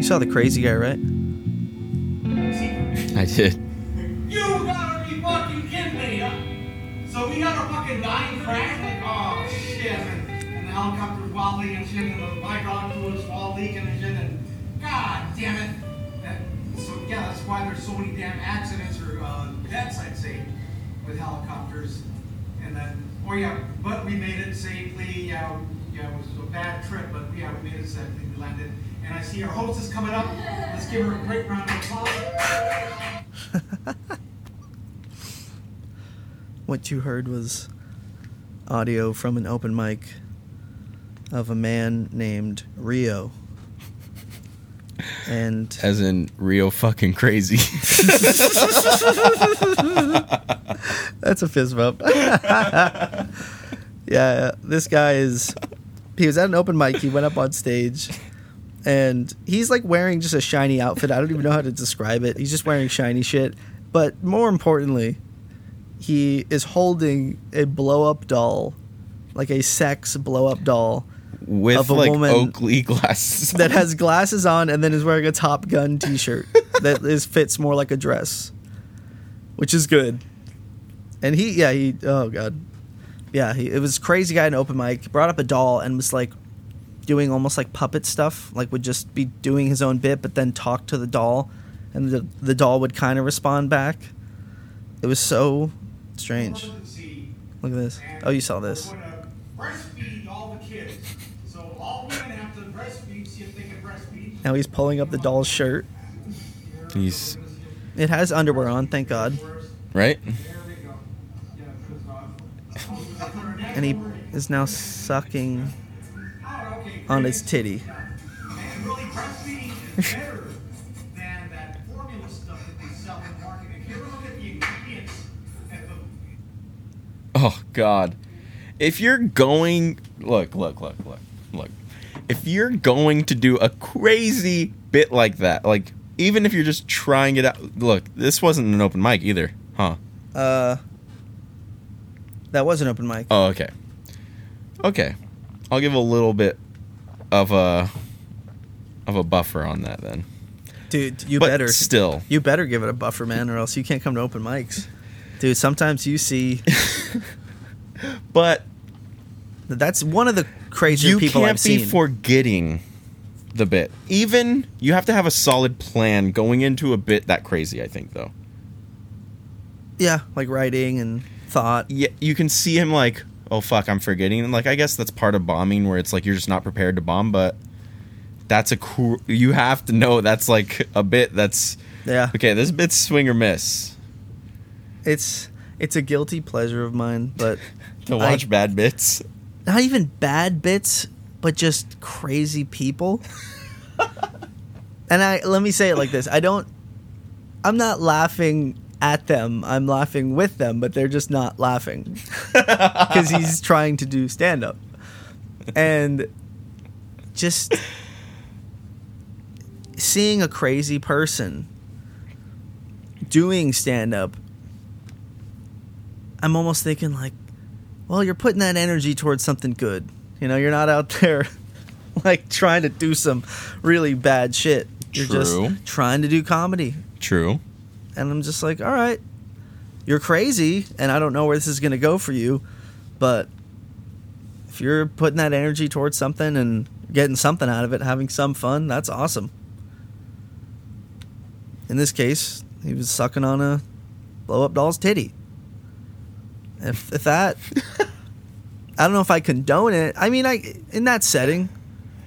saw the crazy guy, right? I did. You gotta be fucking kidding me, huh? So we got a fucking dying crash? Like, oh shit. And, and the helicopter's wobbling and shit, and the hydraulic fluid's all leaking and shit, and god damn it. That, so yeah, that's why there's so many damn accidents or uh, deaths, I'd say, with helicopters. And then, oh yeah, but we made it safely. Yeah, yeah, it was a bad trip, but yeah, we made it safely. We landed. And I see our hostess coming up. Let's give her a great round of applause. What you heard was audio from an open mic of a man named Rio. And As in real fucking crazy. That's a fist bump. yeah, this guy is. He was at an open mic. He went up on stage, and he's like wearing just a shiny outfit. I don't even know how to describe it. He's just wearing shiny shit. But more importantly, he is holding a blow up doll, like a sex blow up doll With Of a like woman Oakley glasses. that has glasses on and then is wearing a Top Gun t shirt that is fits more like a dress, which is good. And he, yeah, he, oh god, yeah, he, it was crazy guy in open mic brought up a doll and was like doing almost like puppet stuff, like would just be doing his own bit, but then talk to the doll, and the the doll would kind of respond back. It was so strange. Emergency. Look at this. And Oh, you saw this. We're gonna breastfeed all the kids. So all women have to breastfeed, see if they can breastfeed. Now he's pulling up the doll's shirt. He's It has underwear on, thank God. right. There we go. Yeah, it's off. and he is now sucking Oh, okay. on his titty. And really breastfeeding is better than that formula stuff that they sell in marketing. Here, look at the ingredients at the Oh God. If you're going, look, look, look, look, look. If you're going to do a crazy bit like that, like even if you're just trying it out, look, this wasn't an open mic either, huh? Uh, that was an open mic. Oh, okay. Okay. I'll give a little bit of a of a buffer on that then. Dude, you but better still. you better give it a buffer, man, or else you can't come to open mics. Dude, sometimes you see But that's one of the crazier you people can't I've be seen. forgetting the bit. Even you have to have a solid plan going into a bit that crazy, I think though. yeah, like writing and thought. Yeah, you can see him like, "Oh fuck, I'm forgetting." And like I guess that's part of bombing where it's like you're just not prepared to bomb, but that's a cool you have to know that's like a bit that's Yeah, okay, this bit's swing or miss. it's it's a guilty pleasure of mine, but To watch I- bad bits. not even bad bits, but just crazy people. and I let me say it like this: I don't, I'm not laughing at them. I'm laughing with them, but they're just not laughing because he's trying to do stand up, and just seeing a crazy person doing stand up. I'm almost thinking like well, you're putting that energy towards something good. You know, you're not out there like trying to do some really bad shit. You're True. just trying to do comedy. True. And I'm just like, all right, you're crazy, and I don't know where this is going to go for you, but if you're putting that energy towards something and getting something out of it, having some fun, that's awesome. In this case, he was sucking on a blow up doll's titty. If, if that, I don't know if I condone it. I mean, I in that setting,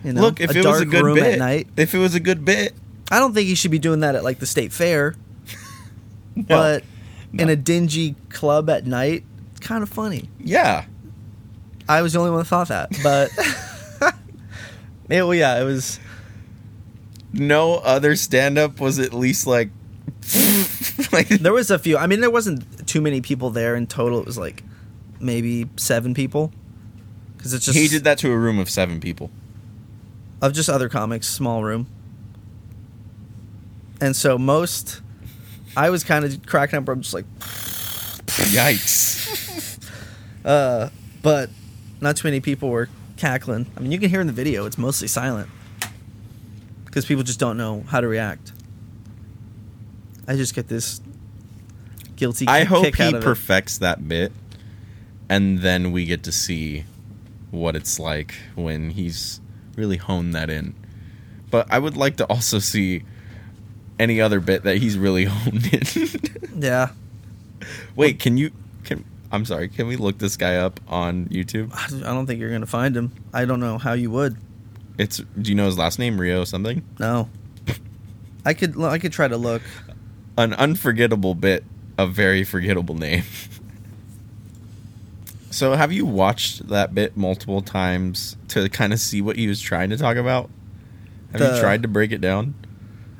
you know, Look, if a it dark was a good room bit, at night. if it was a good bit, I don't think he should be doing that at like the state fair. But in a dingy club at night, it's kind of funny. yeah, I was the only one that thought that, but it, well, yeah, it was. no other stand up was at least like, like There was a few. I mean, there wasn't too many people there in total. It was like maybe seven people, because it's just he did that to a room of seven people. of just other comics, small room. And so most, I was kind of cracking up. where I'm just like, Yikes! but not too many people were cackling. I mean, you can hear in the video; it's mostly silent. because people just don't know how to react. I just get this guilty. I hope kick out he of it. perfects that bit, and then we get to see what it's like when he's really honed that in. But I would like to also see any other bit that he's really honed in. Yeah, Wait, can you? Can I'm sorry. Can we look this guy up on YouTube? I don't- I don't think you're gonna find him. I don't know how you would. It's. Do you know his last name? Rio something. No, I could. I could try to look. An unforgettable bit. A very forgettable name. so, have you watched that bit multiple times to kind of see what he was trying to talk about? Have The- you tried to break it down?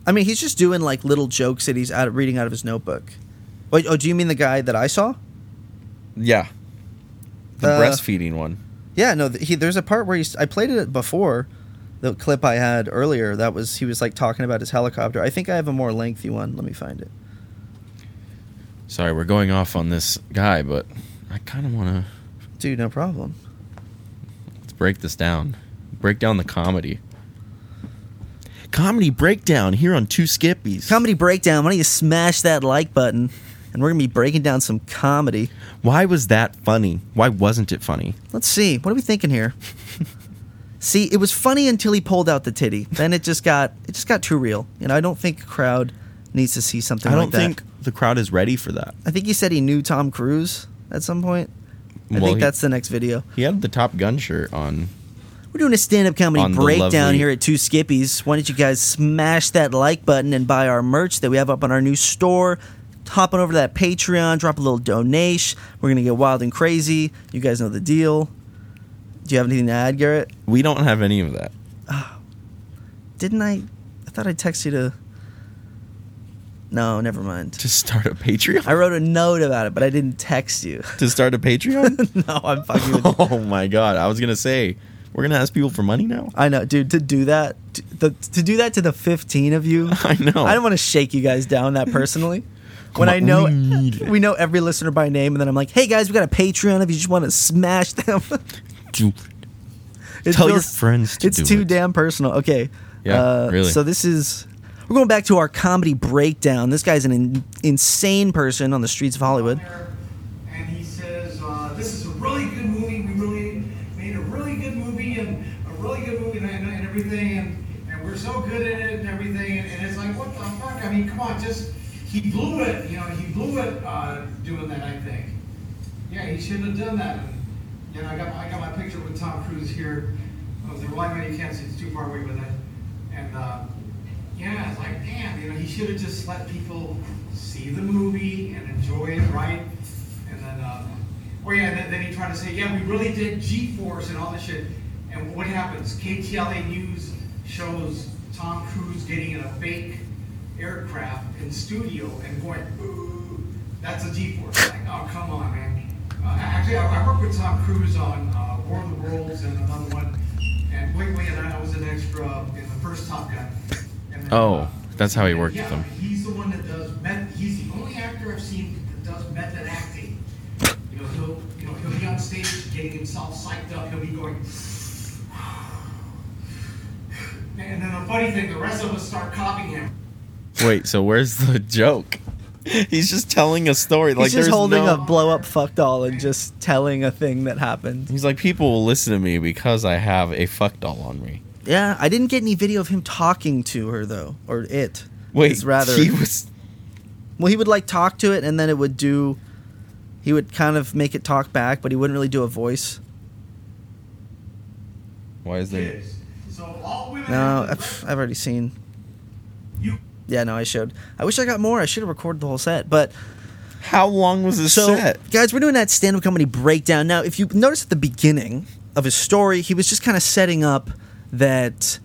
I mean, he's just doing like little jokes that he's out reading out of his notebook. Wait, oh, do you mean the guy that I saw? Yeah. The Uh, breastfeeding one. Yeah, no. th- He there's a part where he's. I played it before, the clip I had earlier. That was he was like talking about his helicopter. I think I have a more lengthy one. Let me find it. Sorry, we're going off on this guy, but I kind of want to Dude, no problem. Let's break this down. Break down the comedy. Comedy breakdown here on Two Skippies. Comedy breakdown. Why don't you smash that like button? And we're gonna be breaking down some comedy. Why was that funny? Why wasn't it funny? Let's see. What are we thinking here? see, it was funny until he pulled out the titty. Then it just got it just got too real. You know, I don't think a crowd needs to see something I like don't that. think the crowd is ready for that. I think he said he knew Tom Cruise at some point. I think he, that's the next video. he had the Top Gun shirt on. We're doing a stand-up comedy On the breakdown lovely- here at Two Skippies. Why don't you guys smash that like button and buy our merch that we have up on our new store? Hop on over to that Patreon, drop a little donation. We're gonna get wild and crazy. You guys know the deal. Do you have anything to add, Garrett? We don't have any of that. Didn't I? I thought I texted you to. No, never mind. To start a Patreon? I wrote a note about it, but I didn't text you. to start a Patreon? no, I'm fucking. With you. oh my god! I was gonna say we're gonna ask people for money now. I know, dude. To do that, to, the, to do that to the 15 of you, I know. I don't want to shake you guys down that personally. When on, I know we need it. we know every listener by name, and then I'm like, "Hey guys, we got a Patreon. If you just want to smash them, Do- It Tell your friends to it's do too it. damn personal. Okay, Yeah, uh, really. So this is we're going back to our comedy breakdown. This guy's an in, insane person on the streets of Hollywood. And he says, uh, "This is a really good movie. We really made a really good movie and a really good movie and, and everything, and, and we're so good at it and everything." And, and it's like, what the fuck? I mean, come on, just he blew it. You know, he blew it uh, doing that. I think. Yeah, he shouldn't have done that. And, you know, I got I got my picture with Tom Cruise here. I was like, "Why man, you can't see? It's too far away." But I, and. Uh, yeah, it's like, damn, you know, he should have just let people see the movie and enjoy it, right? And then, uh, oh yeah, and then, then he tried to say, yeah, we really did G-force and all this shit. And what happens? KTLA News shows Tom Cruise getting in a fake aircraft in studio and going, ooh, that's a G-force. Like, oh, come on, man. Uh, actually, I, I worked with Tom Cruise on uh, War of the Worlds and another one. And Wiggly and I was an extra in the first Top Gun. And then, Oh, uh, that's how he worked yeah, with them. He's the one that does meth. He's the only actor I've seen that does method acting. You know, he'll you know he'll be on stage getting himself psyched up. He'll be going. And then the funny thing, the rest of us start copying him. Wait, so where's the joke? He's just telling a story. like He's just there's holding no- a blow up fuck doll and just telling a thing that happened. He's like, people will listen to me because I have a fuck doll on me. Yeah, I didn't get any video of him talking to her though, or it. Wait, It's rather he was. Well, he would like talk to it, and then it would do. He would kind of make it talk back, but he wouldn't really do a voice. Why is there? Kids. So all women. No, have to- I've I've already seen. You- Yeah, no, I showed. I wish I got more. I should have recorded the whole set, but How long was this so set? guys, we're doing that stand-up comedy breakdown now. If you notice at the beginning of his story, he was just kind of setting up that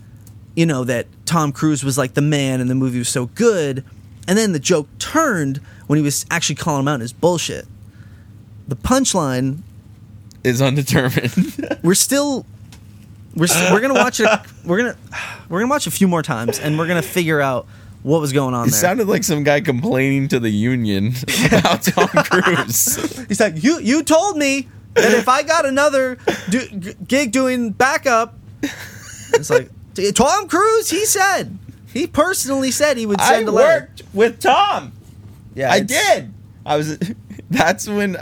you know that Tom Cruise was like the man and the movie was so good, and then the joke turned when he was actually calling him out on his bullshit. The punchline Is undetermined. we're still we're st- we're gonna watch it. We're gonna we're gonna watch a few more times, and we're gonna figure out what was going on it there. sounded like some guy complaining to the union about Tom Cruise. He's like, you you told me that if I got another do- g- gig doing backup, it's like, T- Tom Cruise, he said, he personally said he would I send a letter. worked with Tom. Yeah, I it's- did. I was. That's when.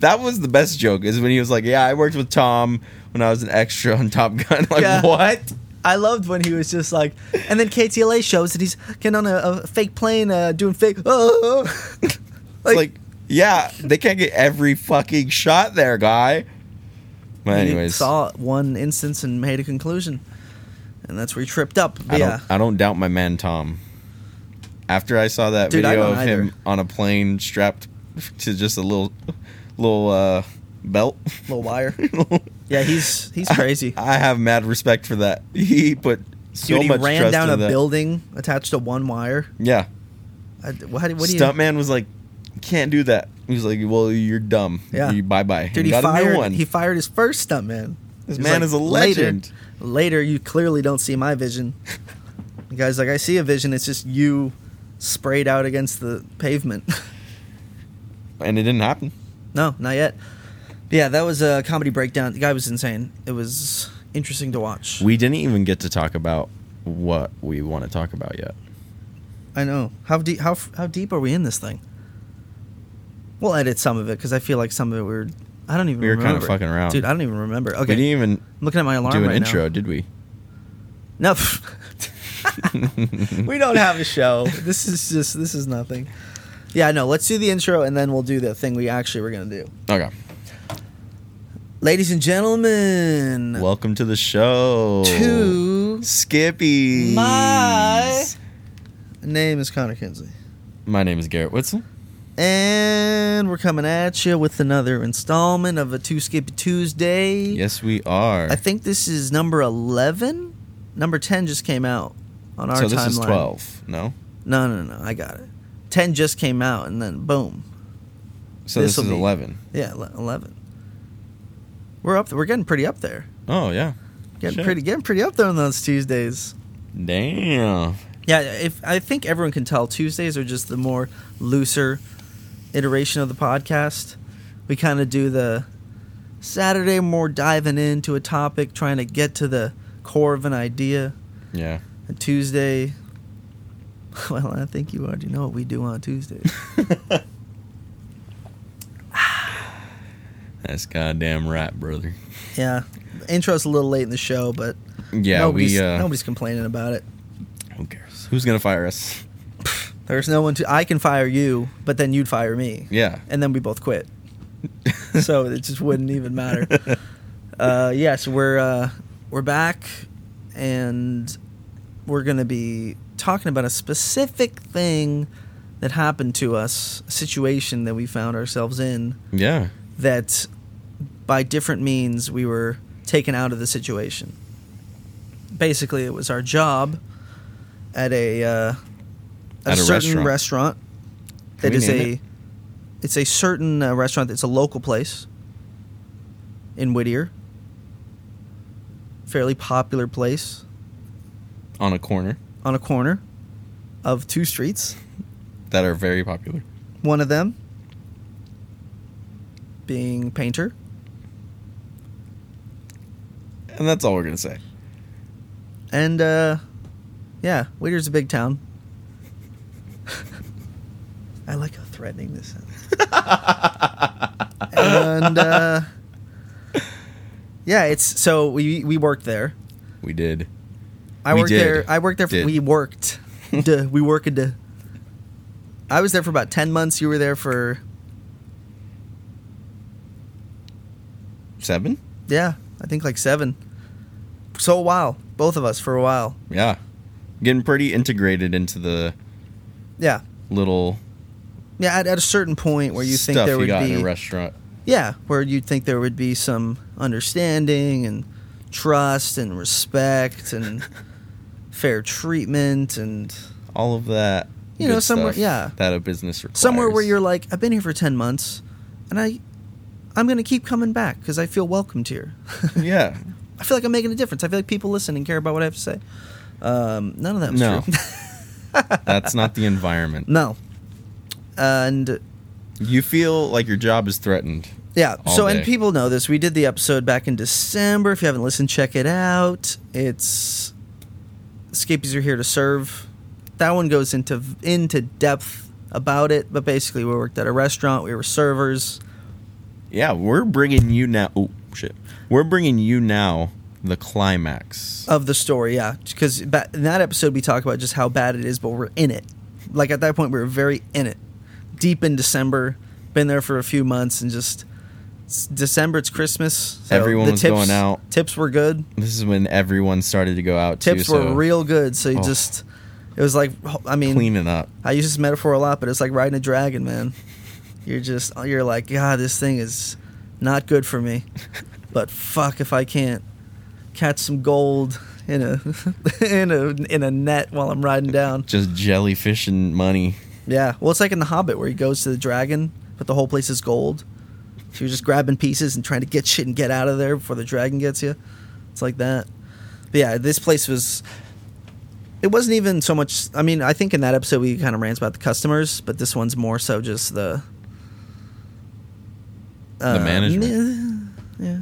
that was the best joke is when he was like, "Yeah, I worked with Tom when I was an extra on Top Gun." like Yeah. what? I loved when he was just like, and then KTLA shows that he's getting on a, a fake plane uh, doing fake. Oh, It's like, yeah, they can't get every fucking shot there, guy. But he anyways, saw one instance and made a conclusion, and that's where he tripped up. But I yeah, don't. I don't doubt my man Tom. After I saw that Dude, I video don't of either. him on a plane strapped to just a little, little uh, belt. little wire. Yeah, he's he's crazy. I, have mad respect for that. He put so Dude, he much ran trust down in a that. building attached to one wire. Yeah, I, Uh, what, what do you? stuntman was like, "You "Can't do that." He was like, "Well, you're dumb. Yeah. you, bye bye." Dude, he fired. He fired his first stuntman. This He's man is a legend. Later, later, you clearly don't see my vision. the guy's like, I see a vision. It's just you sprayed out against the pavement. and it didn't happen. no, not yet. Yeah, that was a comedy breakdown. The guy was insane. It was interesting to watch. We didn't even get to talk about what we want to talk about yet. I know. How deep? How f- how deep are we in this thing? We'll edit some of it because I feel like some of it we were. I don't even. We were kinda remember. fucking around. dude. I don't even remember. Okay, We didn't even I'm looking at my alarm do an right intro, now. did we? No, we don't have a show. This is just this is nothing. Yeah, no. Let's do the intro and then we'll do the thing we actually were gonna do. Okay. Ladies and gentlemen, Welcome to the show. two. Skippy. My name is Connor Kinsley, My name is Garrett Witzel. and we're coming at you with another installment of a Two Skippy Tuesday. Yes, we are. I think this is number eleven. Number ten just came out on our so this timeline. is 12, no? No, no, no. I got it. Ten just came out, and then boom. So this, This'll is be- 11. Yeah, ele- eleven. We're up. We're getting pretty up there. Oh, yeah. Getting Shit. pretty. Getting pretty up there on those Tuesdays. Damn. Yeah, if I think everyone can tell, Tuesdays are just the more looser iteration of the podcast. We kind of do the Saturday more diving into a topic, trying to get to the core of an idea. Yeah. A Tuesday. Well, I think you already know what we do on Tuesdays. That's goddamn right, brother. yeah, the intro's a little late in the show, but Yeah, nobody's, we. Uh, nobody's complaining about it. Who cares? Who's gonna fire us? There's no one to. I can fire you, but then you'd fire me, Yeah. and then we both quit. so it just wouldn't even matter. Uh, yes, we're uh, we're back, and we're gonna be talking about a specific thing that happened to us, a situation that we found ourselves in. yeah. that by different means we were taken out of the situation. Basically, it was our job at a uh, a, At a certain restaurant. restaurant, that we is name a it? it's a certain uh, restaurant that's a local place in Whittier, fairly popular place On a corner on a corner of two streets. that are very popular. One of them being Painter. And that's all we're gonna say. And uh yeah, Whittier's a big town. I like how threatening this sounds. and uh yeah, it's so we we worked there. We did. I We worked did. there. I worked there. For, Did. We worked. Duh, we worked. Duh. I was there for about ten months. You were there for Seven? yeah, I think like seven. So a while, both of us for a while. Yeah. Getting pretty integrated into the Yeah, little yeah. At, at a certain point where you stuff think there you would got be in a restaurant. Yeah, where you'd think there would be some understanding and trust and respect and fair treatment and All of that. You know, good somewhere- stuff yeah. That a business requires. somewhere where you're like, I've been here for 10 months and I I'm going to keep coming back cuz I feel welcomed here. Yeah. I feel like I'm making a difference. I feel like people listen and care about what I have to say. Um, none of that was No. true. That's not the environment. no. And You feel like your job is threatened Yeah. All so, and day. people know this. We did the episode back in December. If you haven't listened, check it out. It's Escapees Are Here to Serve. That one goes into into depth about it, but basically, we worked at a restaurant. We were servers. Yeah, we're bringing you now. Oh shit, we're bringing you now the climax. of the story, yeah. Because in that episode, we talked about just how bad it is, but we're in it. Like at that point, we were very in it, deep in December. Been there for a few months, and just it's December. It's Christmas. so Everyone the was tips, going out. Tips were good. This is when everyone started to go out. Tips too, were so real good. So you Oh. just, it was like, I mean, cleaning up. I use this metaphor a lot, but it's like riding a dragon, man. You're just you're like, God, this thing is not good for me. But fuck if I can't catch some gold in a in a in a net while I'm riding down. Just jellyfish and money. Yeah. Well it's like in the Hobbit where he goes to the dragon, but the whole place is gold. So you're just grabbing pieces and trying to get shit and get out of there before the dragon gets you. It's like that. But yeah, this place was it wasn't even so much I mean, I think in that episode we kind of rants about the customers, but this one's more so just the uh, management. ma- Yeah.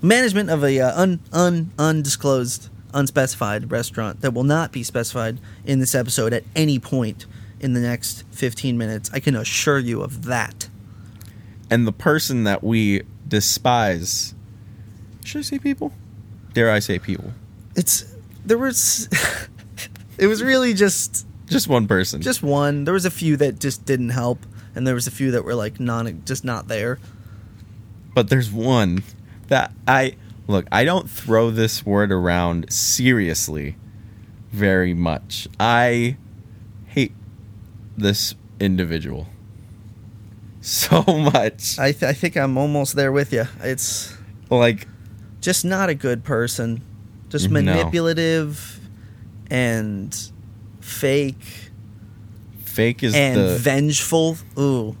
Management of a uh, un un undisclosed unspecified restaurant that will not be specified in this episode at any point in the next 15 minutes. I can assure you of that. And the person that we despise. Should I say people? Dare I say people? It's there was it was really just Just one person. just one. There was a few that just didn't help, and there was a few that were like non, just not there. but there's one that I look, I don't throw this word around seriously very much. I hate this individual so much. I, th- I think I'm almost there with you. It's like just not a good person, just No. manipulative and fake fake is and the vengeful. Ooh,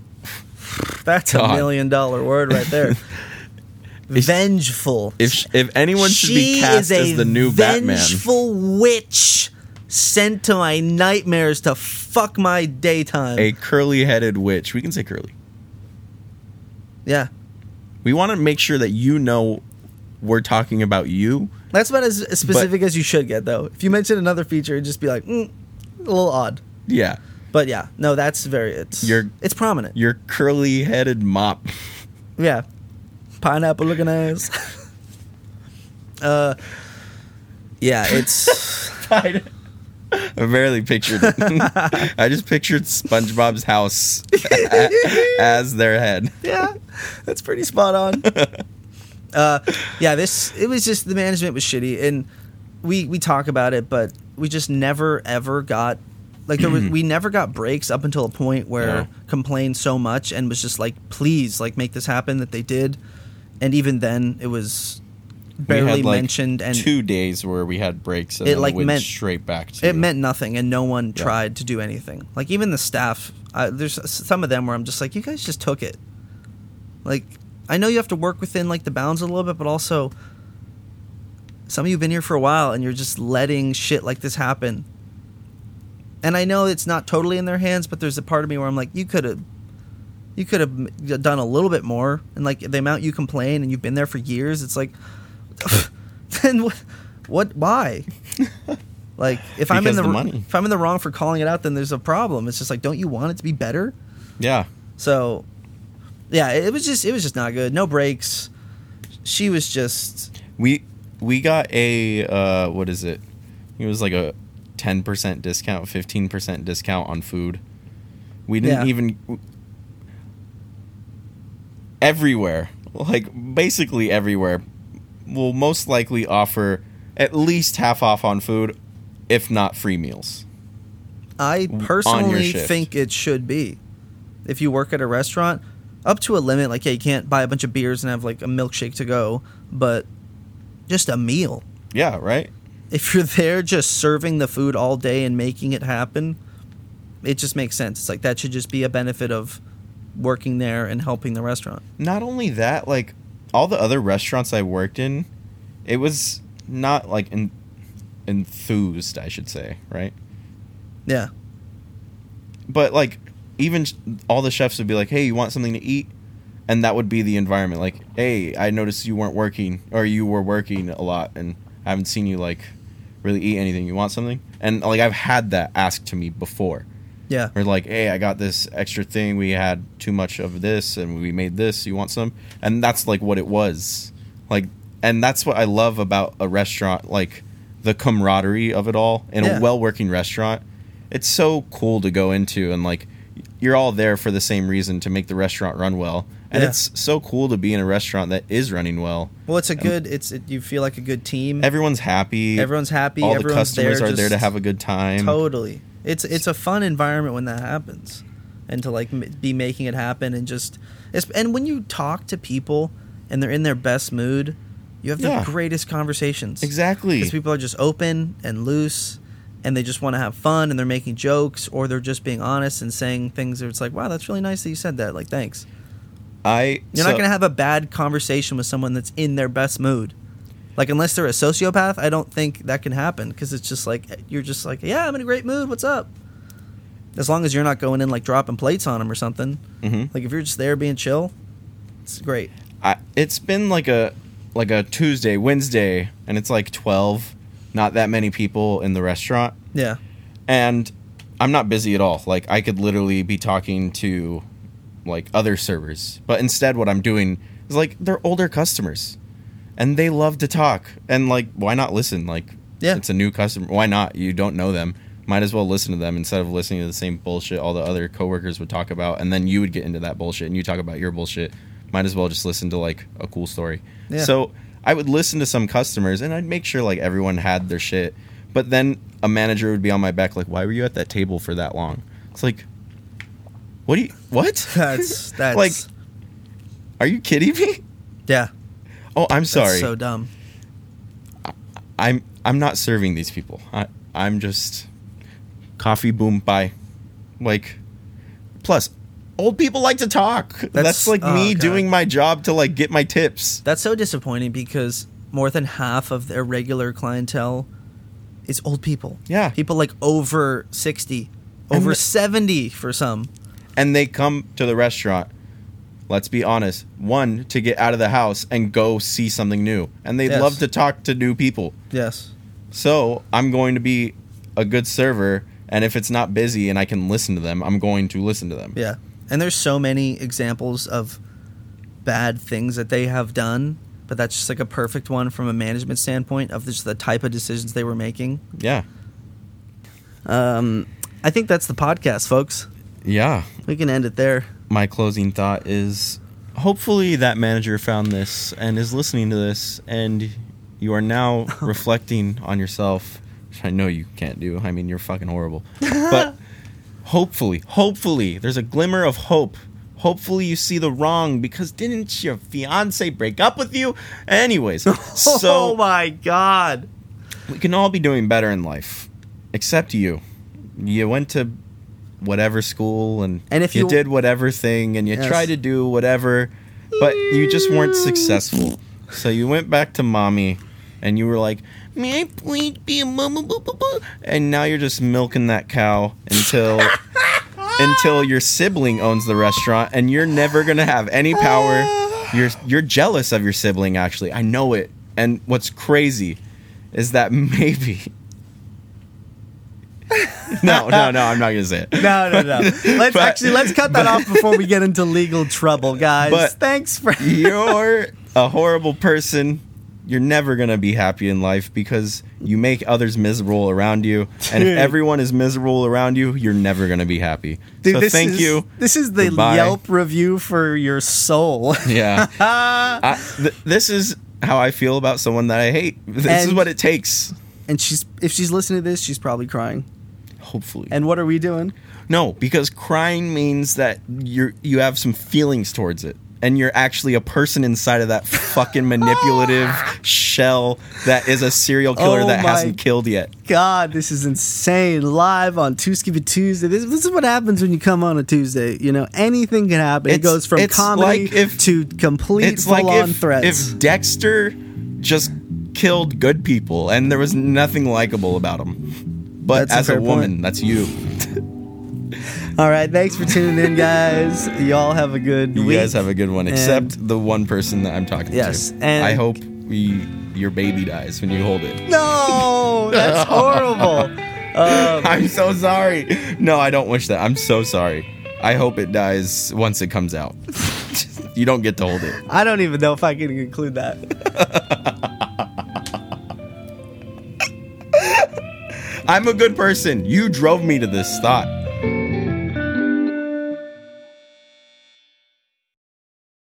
that's God. a million dollar word right there. vengeful. if sh- if anyone should be cast as the new vengeful witch sent to my nightmares to fuck my daytime. Batman, a curly-headed witch. We can say curly. yeah. We want to make sure that you know we're talking about you. That's about as as specific as you should get, though. If you mention another feature, it'd just be like, mm, a little odd. Yeah. But yeah, no, that's very it's You're- it's prominent. Your curly-headed mop. yeah, pineapple looking eyes. uh, yeah, it's I barely pictured it. I just pictured SpongeBob's house as their head. yeah, that's pretty spot on. Uh, yeah, this it was just the management was shitty, and we we talk about it, but we just never ever got like there was, we never got breaks up until a point where No. complained so much and was just like, please, like make this happen that they did, and even then it was barely mentioned and two days where we had breaks and It, it like, went meant- straight back to it meant nothing and no one tried to do anything like even the staff I, there's s- some of them where i'm just like you guys just took it like i know you have to work within like the bounds a little bit but also some of you've been here for a while and you're just letting shit like this happen and i know it's not totally in their hands but there's a part of me where i'm like you could have you could have done a little bit more and like the amount you complain and you've been there for years it's like then what what why like if i'm in Because the, the r- money. if i'm in the wrong for calling it out then there's a problem it's just like don't you want it to be better Yeah. so yeah it it was just it was just not good no breaks she was just We we got a uh what is it? It was like a 10% discount, 15% discount on food. We didn't Yeah. even everywhere. Like basically everywhere will most likely offer at least half off on food, if not free meals. i your personally shift. think it should be if you work at a restaurant up to a limit like yeah you can't buy a bunch of beers and have like a milkshake to go but just a meal Yeah, right? if you're there just serving the food all day and making it happen, it just makes sense. It's like that should just be a benefit of working there and helping the restaurant. Not only that, like all the other restaurants I worked in, it was not like en- enthused, I should say, right? Yeah. but like even sh- all the chefs would be like hey you want something to eat and that would be the environment. Like, hey, I noticed you weren't working, or you were working a lot, and I haven't seen you like really eat anything. You want something? And like I've had that asked to me before, Yeah. or like, hey, I got this extra thing. We had too much of this, and we made this. You want some? And that's like what it was, like, and that's what I love about a restaurant, like the camaraderie of it all in Yeah. a well working restaurant. It's so cool to go into, and like, you're all there for the same reason to make the restaurant run well. And Yeah. it's so cool to be in a restaurant that is running well. Well, it's a good. It's it, you feel like a good team. Everyone's happy. everyone's happy. all the everyone's customers there are there to just have a good time. Totally. It's it's a fun environment when that happens, and to like m- be making it happen and just it's, and when you talk to people and they're in their best mood, you have the Yeah. greatest conversations. Exactly. Because people are just open and loose, and they just want to have fun, and they're making jokes or they're just being honest and saying things. That it's like, wow, that's really nice that you said that. Like, thanks. I You're so- not gonna have a bad conversation with someone that's in their best mood. Like unless they're a sociopath, I don't think that can happen because it's just like you're just like, yeah, I'm in a great mood. What's up? As long as you're not going in like dropping plates on them or something. Mhm. Like if you're just there being chill, it's great. I, it's been like a like a Tuesday, Wednesday, and it's like twelve. Not that many people in the restaurant, Yeah, and I'm not busy at all. Like I could literally be talking to like other servers, but instead, what I'm doing is like they're older customers, and they love to talk. And like, why not listen? Like, Yeah. it's a new customer. Why not? You don't know them. Might as well listen to them instead of listening to the same bullshit all the other coworkers would talk about, and then you would get into that bullshit and you talk about your bullshit. Might as well just listen to like a cool story. Yeah. So I would listen to some customers and I'd make sure like everyone had their shit. But then a manager would be on my back like, "Why were you at that table for that long?" It's like, what do you what? that's that's like, are you kidding me? yeah. Oh, I'm That's sorry. so dumb. I'm I'm not serving these people. I I'm just coffee boom bye. Like plus old people like to talk. That's, like oh, me God. doing my job to like get my tips. That's so disappointing because more than half of their regular clientele is old people. Yeah. people like over sixty, And over the- seventy for some. And they come to the restaurant. Let's be honest. One to get out of the house and go see something new. And they Yes. love to talk to new people. Yes. So, I'm going to be a good server and if it's not busy and I can listen to them, I'm going to listen to them. Yeah. And there's so many examples of bad things that they have done, but that's just like a perfect one from a management standpoint of just the type of decisions they were making. Yeah. Um, I think that's the podcast, folks. Yeah. We can end it there. my closing thought is hopefully that manager found this and is listening to this and you are now reflecting on yourself which i know you can't do i mean you're fucking horrible but hopefully hopefully there's a glimmer of hope hopefully you see the wrong because didn't your fiance break up with you anyways oh so my god. we can all be doing better in life except you you went to whatever school and And if you, you- did whatever thing and you Yes. tried to do whatever but you just weren't successful so you went back to mommy and you were like may i please be a mama boo, boo, boo?" and now you're just milking that cow until until your sibling owns the restaurant and you're never going to have any power you're you're jealous of your sibling actually i know it and what's crazy is that maybe no no no i'm not going to say it No, no, no. Let's But- actually let's cut that off before we get into legal trouble, guys. But- Thanks for you're a horrible person. You're never going to be happy in life because you make others miserable around you. And Dude. if everyone is miserable around you, you're never going to be happy. Dude, so this thank is- you. This is the Goodbye. Yelp review for your soul. Yeah. I, th- this is how I feel about someone that I hate. This is And- what it takes. and she's if she's listening to this, she's probably crying. Hopefully. And what are we doing? no, because crying means that you you have some feelings towards it. And you're actually a person inside of that fucking manipulative shell that is a serial killer Oh that my hasn't killed yet. God, this is insane. Live on Two Skip a Tuesday. This, this is what happens when you come on a Tuesday. You know, anything can happen. it It's- goes from it's comedy like if- to complete it's like full on if, threats. if Dexter just killed good people and there was nothing likable about him. But That's a as a, fair woman, point. that's you. All right, thanks for tuning in, guys. Y'all have a good You week. guys have a good one, And- except the one person that I'm talking Yes, to. and- I hope we, your baby dies when you hold it. no, that's horrible. Um, I'm so sorry. No, I don't wish that. I'm so sorry. I hope it dies once it comes out. you don't get to hold it. I don't even know if I can include that. I'm a good person. You drove me to this thought.